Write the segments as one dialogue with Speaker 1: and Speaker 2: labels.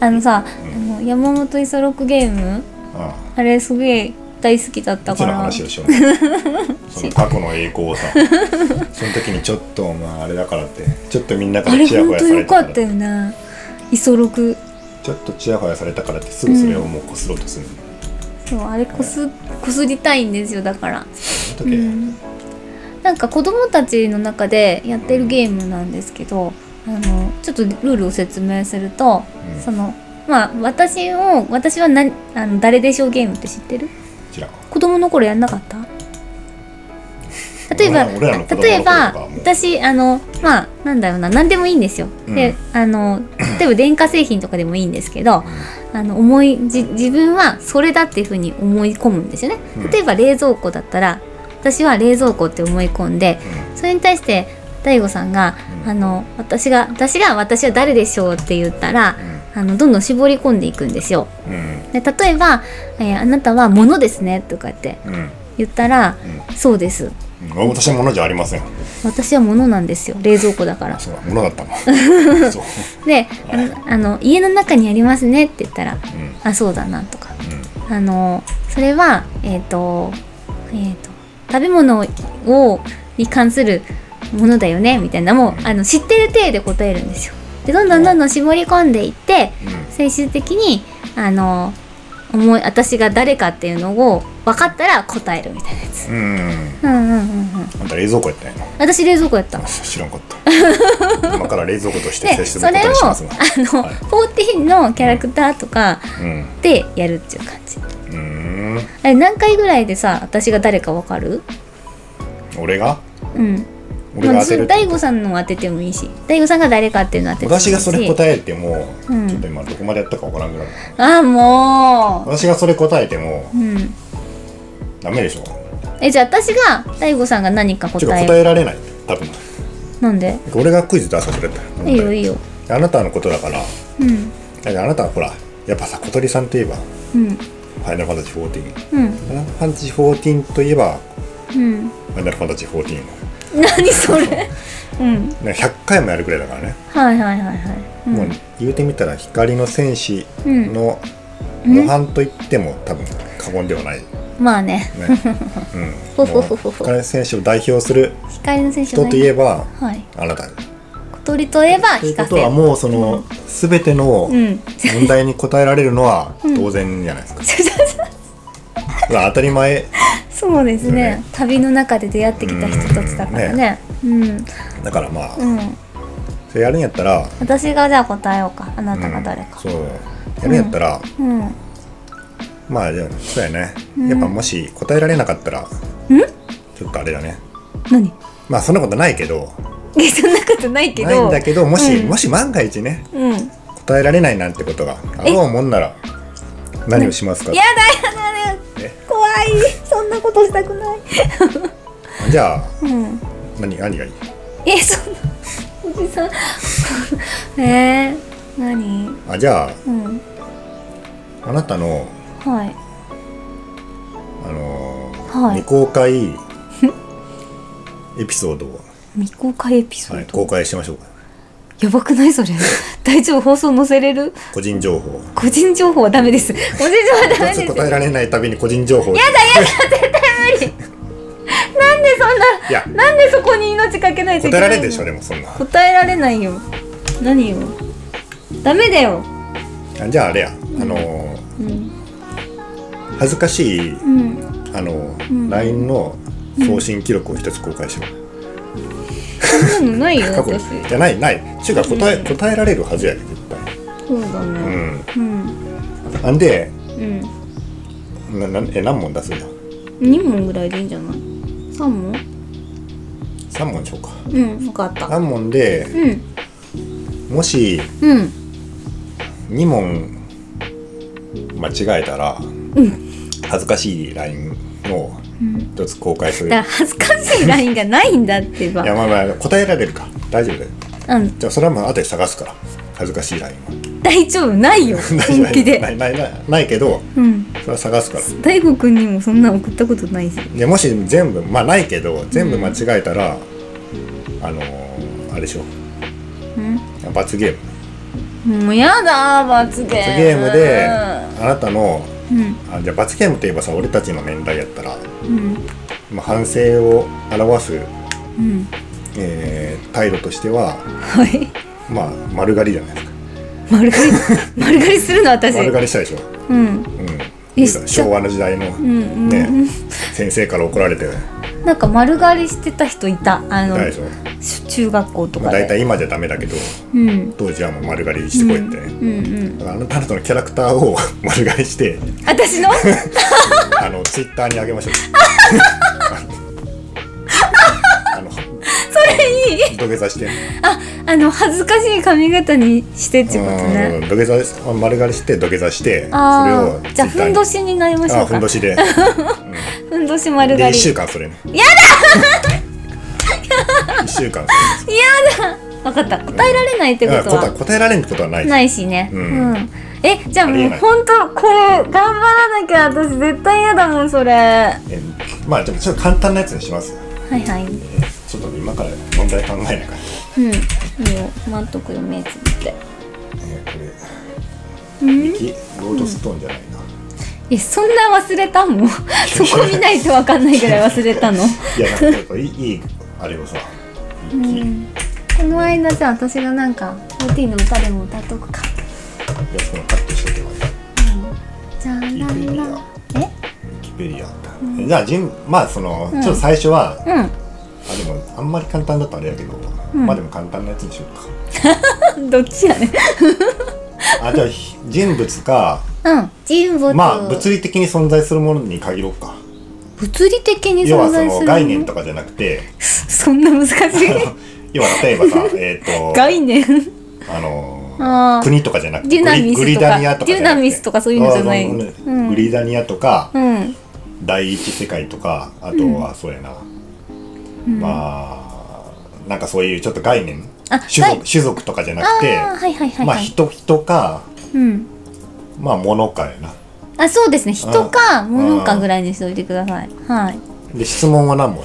Speaker 1: あのさ、あの山本五十六ゲーム
Speaker 2: あ
Speaker 1: あれすげえ大好きだっ
Speaker 2: あ
Speaker 1: た
Speaker 2: いつ
Speaker 1: か
Speaker 2: の
Speaker 1: ら
Speaker 2: 話をしようねその過去の栄光をさその時にちょっとまああれだからってちょっとみんなか
Speaker 1: あ
Speaker 2: ら
Speaker 1: れ
Speaker 2: チヤホ
Speaker 1: 本
Speaker 2: ヤ
Speaker 1: 当
Speaker 2: され
Speaker 1: よ
Speaker 2: たか
Speaker 1: からったよね五十六
Speaker 2: ちょっとチヤホヤされたからってすぐそれをもうこすろうとするの、
Speaker 1: そうあれこすこすりたいんですよだから
Speaker 2: その時、
Speaker 1: うんなんか子供たちの中でやってるゲームなんですけどあのちょっとルールを説明すると、
Speaker 2: うん
Speaker 1: そのまあ私を私はなあの誰でしょうゲームって知ってる
Speaker 2: 知らん
Speaker 1: 子供の頃やんなかった例えば
Speaker 2: 俺らの子供の頃とか
Speaker 1: 例えば
Speaker 2: もう
Speaker 1: 私あのまあなんだろうな何でもいいんですよ、であの 例えば電化製品とかでもいいんですけどあの思いじ自分はそれだっていうふうに思い込むんですよね
Speaker 2: うん
Speaker 1: 例えば冷蔵庫だったら私は冷蔵庫って思い込んでそれに対して大悟さんが、
Speaker 2: うん
Speaker 1: あの私が私が私は誰でしょうって言ったらあのどんどん絞り込んでいくんですよ
Speaker 2: うんうん
Speaker 1: で例えば、えーあなたは物ですね」とかって
Speaker 2: うんうん
Speaker 1: 言ったら「
Speaker 2: う
Speaker 1: そうです
Speaker 2: うん私は物じゃありません
Speaker 1: 私は物なんですよ冷蔵庫だから
Speaker 2: そう物だったのそう」
Speaker 1: であのあの「家の中にありますね」って言ったら
Speaker 2: うんうん
Speaker 1: 「あそうだな」とかあのそれはえっ、とえっ、と食べ物をに関するものだよねみたいなもうあの知ってる体で答えるんですよ。でどんどんどんどん絞り込んでいって
Speaker 2: う
Speaker 1: 最終的にあの思い私が誰かっていうのを分かったら答えるみたいなやつ。
Speaker 2: んうんう
Speaker 1: う
Speaker 2: ん
Speaker 1: んうんうんうん。
Speaker 2: あんた冷蔵庫やったんやな
Speaker 1: 私冷蔵庫やった
Speaker 2: あ。知らんかった今から冷蔵庫として
Speaker 1: で
Speaker 2: 接し
Speaker 1: そ
Speaker 2: てもらっ
Speaker 1: れ
Speaker 2: た
Speaker 1: を
Speaker 2: りし
Speaker 1: あ
Speaker 2: ますが
Speaker 1: の、
Speaker 2: はい
Speaker 1: 14のキャラクターとか
Speaker 2: うん
Speaker 1: でやるっていう感じ。
Speaker 2: うーん
Speaker 1: あれ何回ぐらいでさ私が誰か分かる
Speaker 2: 俺が
Speaker 1: うん。
Speaker 2: 俺が当て
Speaker 1: ま
Speaker 2: る
Speaker 1: あ大悟さんのを当ててもいいし大悟さんが誰かっていうのを当ててもいいし
Speaker 2: 私がそれ答えても、
Speaker 1: うん
Speaker 2: ちょっと今どこまでやったかわからんぐらい
Speaker 1: ああも
Speaker 2: 私がそれ答えても
Speaker 1: ううん
Speaker 2: ダメでしょ
Speaker 1: えじゃあ私が大悟さんが何か
Speaker 2: ちょっと
Speaker 1: 答え
Speaker 2: 答えられない多分
Speaker 1: なんで
Speaker 2: 俺がクイズ出させられたら
Speaker 1: いいよいいよ
Speaker 2: あなたのことだから
Speaker 1: うん
Speaker 2: だってあなたはほらやっぱさ小鳥さんといえば「
Speaker 1: うん
Speaker 2: ファイナルファンタジー14」「
Speaker 1: うん
Speaker 2: ファイナルファンタジー14」といえば
Speaker 1: うん
Speaker 2: 「ファイナルファンタジー14」
Speaker 1: 何それうん
Speaker 2: ね100回もやるくらいだからね、
Speaker 1: はいはいはいはい、うん、
Speaker 2: もう言うてみたら光の戦士の
Speaker 1: うん
Speaker 2: 模範と言っても多分過言では ないね、
Speaker 1: まあね
Speaker 2: う
Speaker 1: ほ
Speaker 2: ん、も
Speaker 1: ほほ
Speaker 2: う
Speaker 1: ほほ
Speaker 2: 光の戦士を代表する
Speaker 1: 光の選手
Speaker 2: 人といえば
Speaker 1: はい
Speaker 2: あなた
Speaker 1: 小鳥といえば
Speaker 2: という
Speaker 1: 聞
Speaker 2: こ
Speaker 1: か
Speaker 2: とは
Speaker 1: せ
Speaker 2: もうその全ての
Speaker 1: うん
Speaker 2: 問題に答えられる のは当然じゃないですか、これは当たり前
Speaker 1: そうですね
Speaker 2: ね
Speaker 1: 旅の中で出会ってきた人たちだからねうん
Speaker 2: だからまあ、
Speaker 1: うん、
Speaker 2: それやるんやったら
Speaker 1: 私がじゃあ答えようかあなたが誰か
Speaker 2: うん、そうやるんやったら、
Speaker 1: うん
Speaker 2: まあじゃあそうやね、
Speaker 1: うん
Speaker 2: やっぱもし答えられなかったら
Speaker 1: ん
Speaker 2: ちょっとあれだね
Speaker 1: 何
Speaker 2: まあそんなことないけど
Speaker 1: え そんなことないけど
Speaker 2: ないんだけどもし、
Speaker 1: うん
Speaker 2: もし万が一ね
Speaker 1: うんやだ
Speaker 2: 答えられないなんてことがあろうもんなら何をしますか
Speaker 1: やだやだ
Speaker 2: え
Speaker 1: 怖いそんなことしたくない
Speaker 2: じゃあ
Speaker 1: うん
Speaker 2: 何何がいい
Speaker 1: えそんなおじさん えー、何
Speaker 2: あじゃ
Speaker 1: うん
Speaker 2: ああなたの
Speaker 1: はい
Speaker 2: あのー
Speaker 1: はい
Speaker 2: 未公 開エピソードを、
Speaker 1: 未公開エピソ
Speaker 2: はい、
Speaker 1: ード、
Speaker 2: 公開しましょうか
Speaker 1: やばくないそれ 大丈夫放送載せれる
Speaker 2: 個人情報
Speaker 1: 個人情報はダメです個人情報はダメ
Speaker 2: 一
Speaker 1: です
Speaker 2: つ
Speaker 1: よ
Speaker 2: 答えられないたびに個人情報やだ
Speaker 1: なんでそ
Speaker 2: いや
Speaker 1: んななんでそこに命かけないとい
Speaker 2: 答
Speaker 1: けな
Speaker 2: えら
Speaker 1: い
Speaker 2: れ
Speaker 1: の
Speaker 2: るでしょでもそんな
Speaker 1: 答えられないよ何よダメだよ
Speaker 2: あじゃああれやあのー
Speaker 1: うん
Speaker 2: 恥ずかしい
Speaker 1: うん
Speaker 2: あのー、
Speaker 1: うん
Speaker 2: LINE の送信記録を一つ公開しよう、
Speaker 1: そんなのないよ
Speaker 2: 過去
Speaker 1: 私
Speaker 2: じゃないないちゅうか答え、答えられるはずやで絶対
Speaker 1: そうだ
Speaker 2: う
Speaker 1: ねう
Speaker 2: ん
Speaker 1: ん
Speaker 2: あんで
Speaker 1: うん
Speaker 2: ななえ何問出すんだ
Speaker 1: 2問ぐらいでいいんじゃない3問
Speaker 2: 3問でしょうか
Speaker 1: うん分かった
Speaker 2: 3問で
Speaker 1: うん
Speaker 2: もし
Speaker 1: うん
Speaker 2: 2問間違えたら、恥ずかしい LINE を
Speaker 1: うん
Speaker 2: 一つ公開するい
Speaker 1: だから
Speaker 2: や
Speaker 1: 恥ずかしいラインがないんだってば
Speaker 2: まあまあ答えられるか大丈夫だよ
Speaker 1: うん
Speaker 2: じゃあそれはまあ後で探すから恥ずかしい LINE は
Speaker 1: 大丈夫ないよ本気
Speaker 2: な
Speaker 1: で
Speaker 2: いないないないけど
Speaker 1: うん
Speaker 2: それは探すから
Speaker 1: 大悟くんにもそんな送ったことないし
Speaker 2: でもし全部まあないけど全部間違えたら、あのーあれでしょ
Speaker 1: うん
Speaker 2: 罰ゲーム
Speaker 1: もうやだー罰ゲーム
Speaker 2: 罰ゲームであなたの
Speaker 1: うん
Speaker 2: あじゃあ罰ゲームといえばさ俺たちの年代やったら、
Speaker 1: うん
Speaker 2: まあ、反省を表
Speaker 1: う
Speaker 2: す、
Speaker 1: ん
Speaker 2: えー態度としては
Speaker 1: はい
Speaker 2: まあ丸刈りじゃないですか
Speaker 1: 丸刈り 丸刈りするの私
Speaker 2: 丸刈りしたでしょ、
Speaker 1: うん
Speaker 2: うん、
Speaker 1: えした
Speaker 2: 昭和の時代の、
Speaker 1: うんうん、
Speaker 2: ね先生から怒られて
Speaker 1: なんか丸刈りしてた人いたあの
Speaker 2: ないでしょ、
Speaker 1: し中学校と
Speaker 2: ま
Speaker 1: か
Speaker 2: あ、
Speaker 1: で、
Speaker 2: 大体今じゃダメだけど
Speaker 1: うん
Speaker 2: 当時はもう丸刈りしてこいってね、
Speaker 1: うんうん
Speaker 2: だからあなたのキャラクターを 丸刈りして
Speaker 1: 私 の
Speaker 2: あのツイッターにあげましょうあ の
Speaker 1: それいい
Speaker 2: 土下座して
Speaker 1: ああの恥ずかしい髪型にしてっていうこと
Speaker 2: う
Speaker 1: ね
Speaker 2: ん土下座です丸刈りして土下座してそれ
Speaker 1: あ
Speaker 2: を
Speaker 1: あじゃあふんどしになりまし
Speaker 2: あ
Speaker 1: ょ
Speaker 2: あ
Speaker 1: う
Speaker 2: ふん
Speaker 1: か
Speaker 2: どしで
Speaker 1: ふんどし丸
Speaker 2: で
Speaker 1: 刈
Speaker 2: 1
Speaker 1: り
Speaker 2: 週間それねや だ1週間
Speaker 1: 分かった答えられないって
Speaker 2: それ
Speaker 1: こ
Speaker 2: だか
Speaker 1: と
Speaker 2: ら答え
Speaker 1: は
Speaker 2: 答えられんってことはない
Speaker 1: ないしねう、
Speaker 2: うんん
Speaker 1: えじゃあ
Speaker 2: あり
Speaker 1: も
Speaker 2: え
Speaker 1: う
Speaker 2: ない
Speaker 1: 本当これ頑張らなきゃ私絶対嫌だもんそれは
Speaker 2: えまあでもちょっと簡単なやつにします
Speaker 1: いはい
Speaker 2: えちょっと今から問題考えながら
Speaker 1: うんいいよ待っとくよ目つぶって
Speaker 2: えこれ
Speaker 1: うん
Speaker 2: 右ロードストーンじゃないな、
Speaker 1: えそんな忘れた もんそこ見ないと分かんないぐらい忘れたの
Speaker 2: いやなんかやっぱいいいいあれをさ右、や
Speaker 1: この間じゃあ私がなんか OT の歌でも歌っとくか
Speaker 2: つもカットしとけばいい
Speaker 1: じゃあ
Speaker 2: いい
Speaker 1: ラ
Speaker 2: 雰囲気
Speaker 1: ン
Speaker 2: だ
Speaker 1: ラ
Speaker 2: よ
Speaker 1: ンえ
Speaker 2: ウィキペディアえじゃあじんまあその、
Speaker 1: うん
Speaker 2: ちょっと最初は
Speaker 1: う
Speaker 2: あでもあんまり簡単だったらあれやけど、
Speaker 1: ん
Speaker 2: まあでも簡単なやつにしようん
Speaker 1: どっちやね
Speaker 2: かあじゃあひ人物か
Speaker 1: うん人物
Speaker 2: まあ物理的に存在するものに限ろうか
Speaker 1: 物理的に
Speaker 2: 要は
Speaker 1: 存在す
Speaker 2: そ
Speaker 1: る
Speaker 2: の概念とかじゃな くて
Speaker 1: そんな難しい
Speaker 2: あ の要は例えばさえっと
Speaker 1: 概念
Speaker 2: あの
Speaker 1: あー
Speaker 2: 国とかじゃなくて
Speaker 1: デュナミスとか
Speaker 2: グリグリダニアとかじゃなくて
Speaker 1: デュナミスとかそういうのじゃない
Speaker 2: あーそう
Speaker 1: うん
Speaker 2: グリダニアとか、
Speaker 1: うん
Speaker 2: 第一世界とかあとはそうやな、
Speaker 1: うん
Speaker 2: まあなんかそういうちょっと概念
Speaker 1: あ
Speaker 2: 種
Speaker 1: はい
Speaker 2: 族種族とかじゃな
Speaker 1: あ
Speaker 2: くて
Speaker 1: ーはいはいはい
Speaker 2: まあ
Speaker 1: はい、
Speaker 2: 人人か
Speaker 1: うん
Speaker 2: まあ物かやな
Speaker 1: あそうですね人か
Speaker 2: ー
Speaker 1: 物かぐらいにしておいてくださいはい
Speaker 2: で質問は何問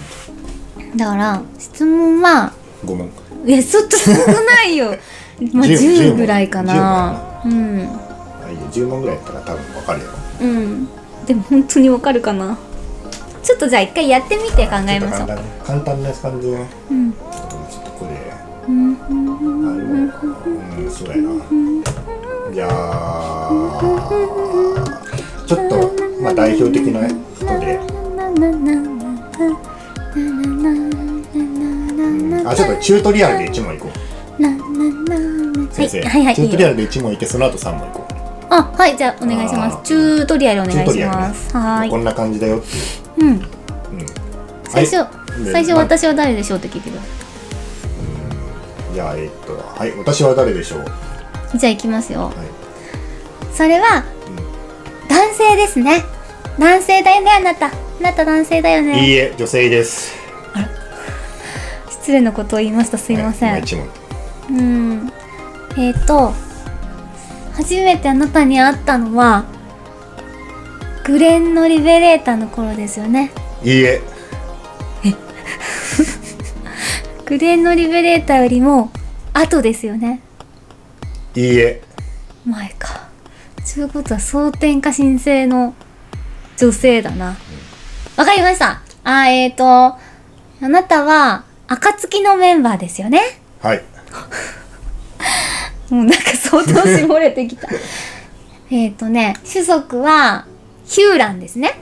Speaker 1: だから質問は
Speaker 2: 5問
Speaker 1: えちょっと少ない よまあ
Speaker 2: 10
Speaker 1: 10ぐらいかな
Speaker 2: 10
Speaker 1: うん
Speaker 2: あいいよ10問ぐらいやったら多分分かるやろ
Speaker 1: うんでも本当にわかるかなちょっとじゃあ一回やってみて考えましょう
Speaker 2: ちょっと簡単ね簡単な感じね
Speaker 1: うん
Speaker 2: ちょっとこれあ
Speaker 1: うん
Speaker 2: でもうんそうやなじゃあちょっとまあ代表的な人であちょっとチュートリアルで1問いこう先生、
Speaker 1: はいはいはい
Speaker 2: チュー
Speaker 1: い
Speaker 2: ト
Speaker 1: い
Speaker 2: リア
Speaker 1: よ
Speaker 2: ルで1問いてその後3問いこう
Speaker 1: あはいじゃあお願いします
Speaker 2: あー
Speaker 1: チュートリアルお
Speaker 2: チュ
Speaker 1: 願い
Speaker 2: ート
Speaker 1: し
Speaker 2: リア
Speaker 1: ま
Speaker 2: ルね
Speaker 1: すは
Speaker 2: こ
Speaker 1: ーい
Speaker 2: んな感じだよってい
Speaker 1: うん
Speaker 2: う、うん、
Speaker 1: 最初
Speaker 2: はいで
Speaker 1: 最初
Speaker 2: まあ
Speaker 1: 私は誰でしょうって聞いてくださ
Speaker 2: じゃあえっとはい私は誰でしょうはい
Speaker 1: じゃあ行きますよそれは男性ですね男性だよねあなたあなた男性だよ
Speaker 2: い、
Speaker 1: ね
Speaker 2: いいえ女性です
Speaker 1: 失礼なことを言いましたすいません、
Speaker 2: はい、今1問
Speaker 1: うんえっ、ー、と初めてあなたに会ったのはグレンのリベレーターの頃ですよね
Speaker 2: いいえ
Speaker 1: グレンのリベレーターよりも後ですよね
Speaker 2: いいえ
Speaker 1: 前かということは争点化申請の女性だなわかりましたあーえっ、ー、とあなたは暁のメンバーですよね
Speaker 2: はい
Speaker 1: もうなんか相当絞れてきたえっとね種族はヒューランですね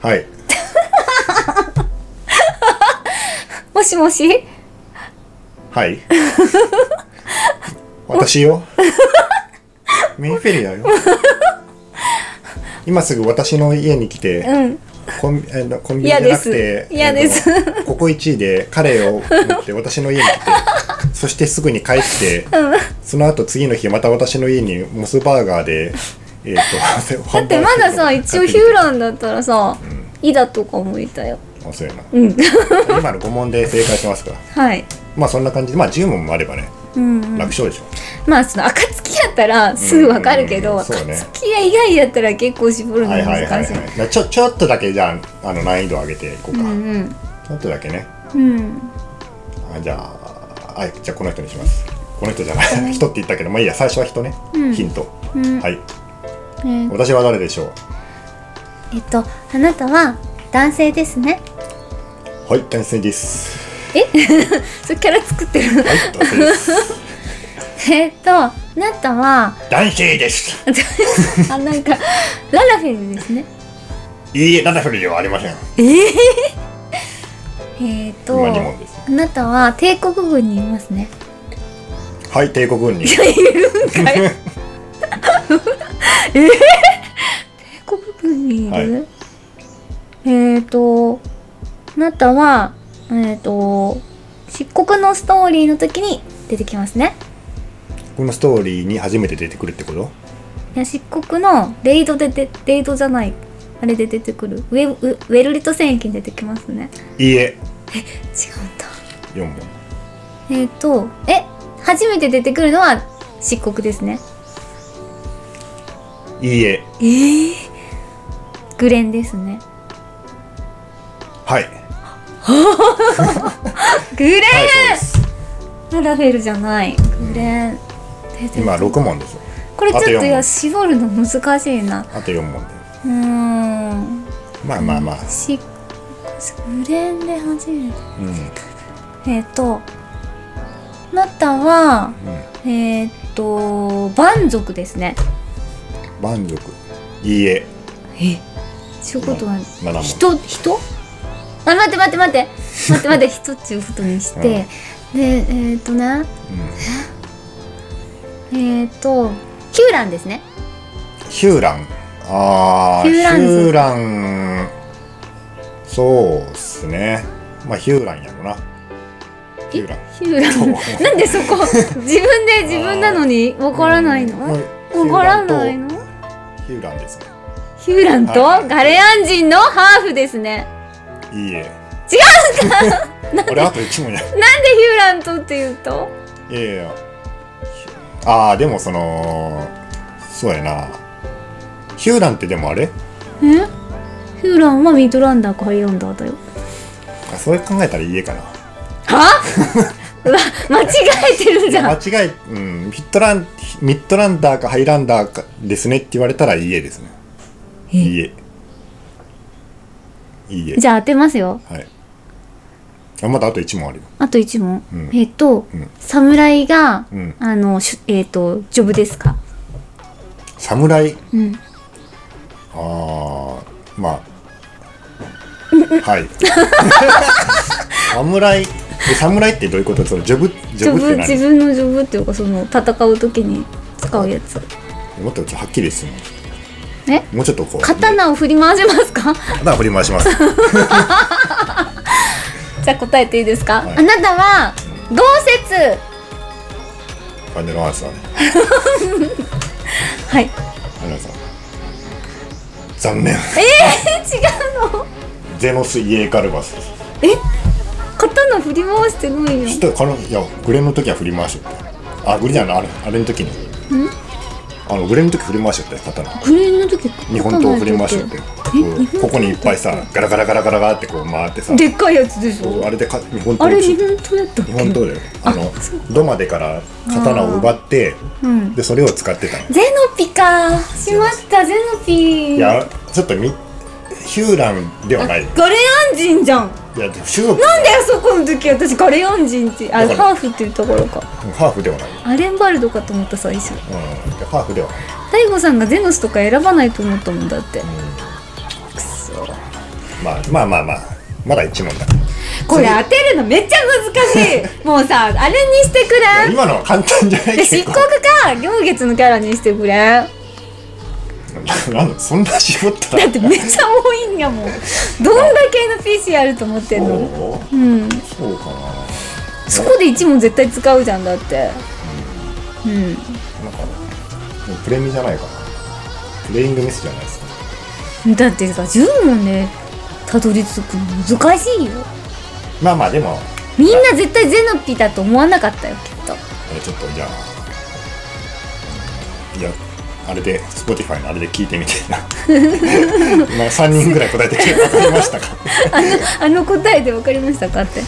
Speaker 2: はい
Speaker 1: もしもし
Speaker 2: はい 私よミンフェリアよ今すぐ私の家に来て、
Speaker 1: うん
Speaker 2: コンあのコンビニじゃなくて
Speaker 1: 嫌です
Speaker 2: えーとここ1位でカレーを持って私の家に来て そしてすぐに帰って、その後次の日また私の家にモスバーガーで、えー、と
Speaker 1: だってまださ一応ヒューランだったらさ
Speaker 2: ん
Speaker 1: イダとかもいたよ
Speaker 2: ンそうやな
Speaker 1: うん
Speaker 2: 今の5問で正解してますから
Speaker 1: はい
Speaker 2: まあそんな感じでまあ10問もあればね
Speaker 1: うんうん
Speaker 2: 楽勝でしょ、
Speaker 1: まあその暁やったらすぐわかるけど
Speaker 2: うんそうね
Speaker 1: 暁や以外やったら結構絞るの
Speaker 2: はいはいはい、
Speaker 1: 難しい
Speaker 2: はい、ちょちょっとだけじゃああの難易度上げていこ
Speaker 1: う
Speaker 2: うか、
Speaker 1: んうん
Speaker 2: ちょっとだけね
Speaker 1: うん
Speaker 2: あじゃあはいじゃあこの人にしますこの人じゃない人って言ったけどまあいいや最初は人ね、
Speaker 1: うん
Speaker 2: ヒント、
Speaker 1: うん
Speaker 2: はい
Speaker 1: えー
Speaker 2: 私は誰でしょう
Speaker 1: えっとあなたは男性ですね
Speaker 2: はい男性です
Speaker 1: それキャラ作ってる
Speaker 2: はい男性です
Speaker 1: えっとあなたは
Speaker 2: 男性です
Speaker 1: あなんかララフェルですね
Speaker 2: いいえララフルではありません
Speaker 1: ええ えっと
Speaker 2: 今二問です
Speaker 1: あなたは帝国軍にいますね
Speaker 2: はい帝国軍に
Speaker 1: 帝国軍にいる、
Speaker 2: はい
Speaker 1: えっ、ー、とあなたはえっ、ー、と漆黒のストーリーの時に出てきますね
Speaker 2: このストーリーに初めて出てくるってこと
Speaker 1: いや漆黒のレイドででレイドじゃないあれで出てくるウェウウェルリト戦役に出てきますね
Speaker 2: いい
Speaker 1: 違う
Speaker 2: え
Speaker 1: んだ
Speaker 2: 4問
Speaker 1: えっ、ー、とえ初めて出てくるのは漆黒ですね
Speaker 2: いいえ
Speaker 1: ええグレンですね
Speaker 2: はい
Speaker 1: グレン、
Speaker 2: はいそうです
Speaker 1: ララフェルじゃないグレン出てくる
Speaker 2: 今6問です
Speaker 1: これちょっと
Speaker 2: あと
Speaker 1: い
Speaker 2: 四
Speaker 1: や
Speaker 2: 問
Speaker 1: 絞るの難しいな
Speaker 2: あと4問で
Speaker 1: うーん
Speaker 2: まあまあまあ、
Speaker 1: 漆黒グレンで初めて
Speaker 2: うんうん、
Speaker 1: えっ、ー、とあなたはえっ、ー、と蛮族ですね
Speaker 2: 満足いいえ
Speaker 1: えそういうことは
Speaker 2: 7問
Speaker 1: 人人あ待って待って待って待って 待って人っていうことにして、でえっ、ー、とね
Speaker 2: うん
Speaker 1: えっ、ー、とキューランですね
Speaker 2: ヒューランあー
Speaker 1: ヒューラン
Speaker 2: ヒ
Speaker 1: ズ
Speaker 2: ューランそうっすねまあヒューランやろなヒューラン
Speaker 1: ヒューラ
Speaker 2: そう
Speaker 1: ンなんでそ こ自分で自分なのにわからないの、
Speaker 2: うん
Speaker 1: わからないの
Speaker 2: ヒューランとヒューランですね
Speaker 1: ヒューランと
Speaker 2: はい
Speaker 1: ガレアン人のハーフですね。
Speaker 2: いいえ
Speaker 1: 違
Speaker 2: うんか 俺あと1問や
Speaker 1: なんでヒューランとって言うと
Speaker 2: いやいやああでもそのそうやなヒューランってでもあれ
Speaker 1: えヒューランはミッドランダーかハイランダーだよ。
Speaker 2: あそれ考えたらいいえかな
Speaker 1: は うわ、間違えてるじゃん。
Speaker 2: 間違い、うん、ミッドランミッドランダーかハイランダーかですねって言われたらいいえですね
Speaker 1: え
Speaker 2: いいえいいえ
Speaker 1: じゃあ当てますよ。
Speaker 2: はいあまだあと1問あるよ
Speaker 1: あと1問。
Speaker 2: うん
Speaker 1: えっと、
Speaker 2: うん
Speaker 1: 侍が、
Speaker 2: うん
Speaker 1: あの、しゅえっと、ジョブですか。
Speaker 2: 侍
Speaker 1: うん。
Speaker 2: ああ まあはい 侍え侍ってどういうことそのジョブジ
Speaker 1: ジ
Speaker 2: ョ
Speaker 1: ョ
Speaker 2: ブっ
Speaker 1: ブ、
Speaker 2: て
Speaker 1: 自
Speaker 2: 何
Speaker 1: 分のジョブっていうか、その、戦う時に使うやつ。
Speaker 2: もっとちょっとはっきりですね
Speaker 1: え
Speaker 2: もうちょっとこう
Speaker 1: 刀を振り回せますか
Speaker 2: 刀振り回します
Speaker 1: じゃあ答えていいですか、
Speaker 2: はい
Speaker 1: あなたは、豪雪
Speaker 2: ファイナルアンサーね
Speaker 1: はい。
Speaker 2: ファイナルアンサー残念
Speaker 1: え、違うの
Speaker 2: ゼノス・イエーカルバスです
Speaker 1: え刀振り回してないよ
Speaker 2: ちょっとこのいやグレンの時は振り回しよってあグレンじゃないあれあれの時にあのグレンの時振り回しよって刀
Speaker 1: クレーンの時刀
Speaker 2: 日本刀振り回しよってこ
Speaker 1: え
Speaker 2: うここにいっぱいさガラガラガラガラガラってこう回ってさ
Speaker 1: でっかいやつでしょ
Speaker 2: あれでか日本
Speaker 1: あ
Speaker 2: 刀
Speaker 1: れ
Speaker 2: 打つ
Speaker 1: 日本刀だったっけ
Speaker 2: 日本刀だよあの土間でから刀を奪って
Speaker 1: うん
Speaker 2: でそれを使ってたの
Speaker 1: ゼノピかしまったゼノピ
Speaker 2: いやちょっとみヒューランではない
Speaker 1: ガレアン人じゃん
Speaker 2: いや種族
Speaker 1: なんであそこの時私ガレアン人ってあ
Speaker 2: だから
Speaker 1: ハーフっていうところか
Speaker 2: ハーフではない、うん、
Speaker 1: アレンバルドかと思った最初
Speaker 2: ハーフではない、
Speaker 1: 大悟さんがゼノスとか選ばないと思ったもんだって
Speaker 2: まあ、まあまあまあまだ一問だ
Speaker 1: これ当てるのめっちゃ難 しいもうさあれにしてくれ
Speaker 2: 今のは簡単じゃな
Speaker 1: で
Speaker 2: いけ
Speaker 1: 漆
Speaker 2: ど
Speaker 1: 黒か行月のキャラにしてくれだ
Speaker 2: なんだそんな絞ったら
Speaker 1: ってめっちゃ多いんやもんどんだけの PC あると思ってんの
Speaker 2: そう
Speaker 1: うん
Speaker 2: そうかな
Speaker 1: そこで1問絶対使うじゃんだってうん
Speaker 2: なんかでもプレミじゃないかなプレイングミスじゃないですか
Speaker 1: だってさ10問でたどり着くの難しいよ
Speaker 2: まあまあでも
Speaker 1: みんな絶対ゼノピだと思わなかったよきっと
Speaker 2: えーちょっとじゃあうんいやあれで Spotify のあれで聞いてみてなまあ3人ぐらい答えてくれ分かりましたか
Speaker 1: あの答えで分かりましたかって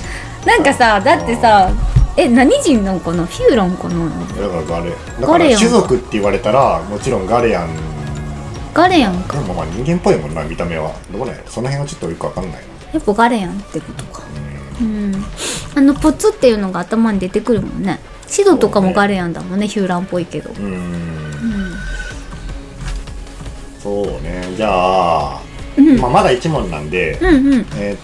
Speaker 1: なんかさだってさえ何人なんかなフィューランかな
Speaker 2: だからガレだ
Speaker 1: ガ
Speaker 2: か
Speaker 1: レ
Speaker 2: ら
Speaker 1: やん
Speaker 2: 種族って言われたらもちろんガレアン
Speaker 1: ガレアン
Speaker 2: で
Speaker 1: か
Speaker 2: もまあ人間っぽいもんな見た目はどうなんやろその辺はちょっとよくわかんないな
Speaker 1: やっぱガレアンってことかうんあのポツっていうのが頭に出てくるもんねシドとかもガレアンだもんねヒューランっぽいけど
Speaker 2: うーん
Speaker 1: うん
Speaker 2: そうねじゃあ、
Speaker 1: うん
Speaker 2: まあ、まだ一問なんで、
Speaker 1: うんうん
Speaker 2: えーっ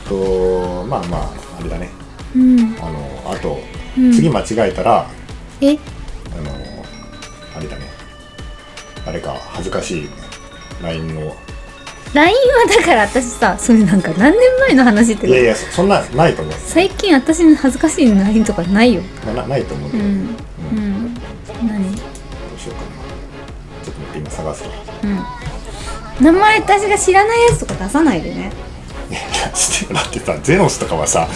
Speaker 2: とまあまああれだね
Speaker 1: うん
Speaker 2: あのあと、
Speaker 1: うん
Speaker 2: 次間違えたら
Speaker 1: え
Speaker 2: あのあれだねあれか恥ずかしい LINE の
Speaker 1: LINE はだから私さそれなんか何年前の話って
Speaker 2: い
Speaker 1: こ
Speaker 2: やい
Speaker 1: と
Speaker 2: やそそんなないと思う
Speaker 1: 最近私の恥ずかしい LINE とかないよ
Speaker 2: ななないと思う
Speaker 1: う
Speaker 2: けど、
Speaker 1: んうん何
Speaker 2: どうしようかなちょっと待って今探すわ
Speaker 1: うん名前私が知らないやつとか出さないでね
Speaker 2: いやだってさゼノスとかはさ、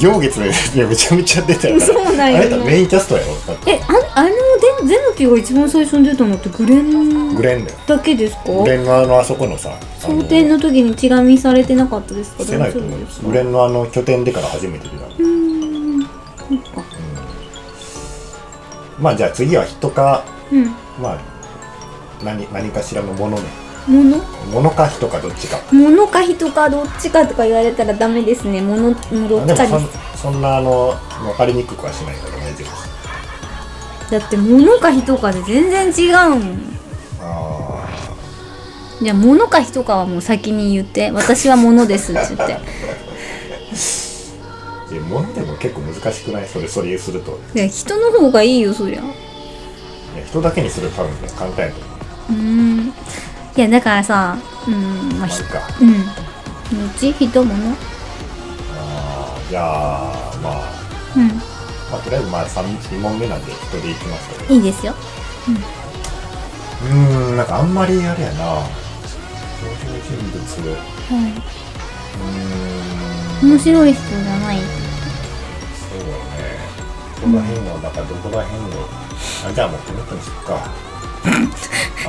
Speaker 2: 行月のやつにめちゃめちゃ出てるから
Speaker 1: そうなんよ
Speaker 2: あれだメインキャストやろだって
Speaker 1: えああのでゼノピーが一番最初に出たのってグレン
Speaker 2: グレンだよ
Speaker 1: だけですか
Speaker 2: グレンのあのあそこのさ
Speaker 1: 蒼天の時に血が見されてなかったです
Speaker 2: あ
Speaker 1: か
Speaker 2: のしてないと思うよグレンのあの拠点でから初めて出たの
Speaker 1: うんそっか
Speaker 2: まあじゃあ次は人か
Speaker 1: うん
Speaker 2: まあ何何かしらのものね
Speaker 1: 物
Speaker 2: ものか人かどっちか
Speaker 1: 物か人かどっちかとか言われたらダメですね物のど
Speaker 2: あ
Speaker 1: っ
Speaker 2: で
Speaker 1: ちか
Speaker 2: もそ
Speaker 1: で
Speaker 2: ん
Speaker 1: す
Speaker 2: そんなあの分かりにくくはしないから大丈夫です
Speaker 1: だって物か人かで全然違うもん
Speaker 2: ああ
Speaker 1: じゃあ物か人かはもう先に言って私は物ですって言って
Speaker 2: で物でも結構難しくないそれそれすると
Speaker 1: で人の方がいいよそりゃ
Speaker 2: いや人だけにする多分ね簡単やと思う
Speaker 1: うんいやだからさうんまあ
Speaker 2: まあい
Speaker 1: ひ
Speaker 2: いか
Speaker 1: うんうち人物うん
Speaker 2: あーじゃあまあ、まあ、とりあえずまあ 3, 2問目なんで人でいきますけどう
Speaker 1: いいですよ
Speaker 2: ーんなんかあんまりあれやな登場人物う
Speaker 1: は
Speaker 2: ー
Speaker 1: い
Speaker 2: ん
Speaker 1: 面白い人じゃない
Speaker 2: そうだねこの辺のなんかどこら辺のあじゃあもうこの人にしよっか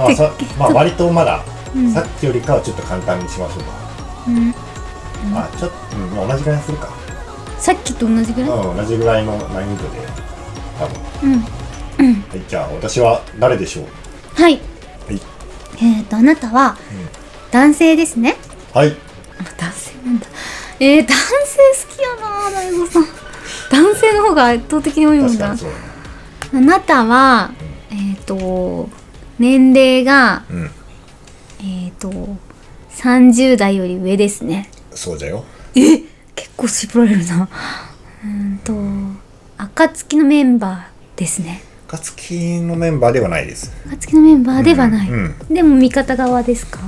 Speaker 2: あさまあ割とまだ、
Speaker 1: うん
Speaker 2: さっきよりかはちょっと簡単にしましょうか、
Speaker 1: うん
Speaker 2: あちょっと、うんまあ、同じぐらいにするか
Speaker 1: さっきと同じぐらい
Speaker 2: うん同じぐらいの難易度で多分
Speaker 1: うん
Speaker 2: はいじゃあ私は誰でしょう
Speaker 1: はい
Speaker 2: はい、
Speaker 1: えっ、ー、とあなたは男性ですね
Speaker 2: はい
Speaker 1: あ男性なんだえー、男性好きやな大悟さん男性の方が圧倒的に多いもん
Speaker 2: 確
Speaker 1: な
Speaker 2: かにそうだね
Speaker 1: あなたはえっ、ー、と年齢が
Speaker 2: うん
Speaker 1: えっ、ー、と30代より上ですね
Speaker 2: そうだよ
Speaker 1: え結構絞られるなうーんと暁のメンバーですね
Speaker 2: カツキのメンバーではないです
Speaker 1: 暁のメンバーではない、
Speaker 2: うん
Speaker 1: でも味方側ですか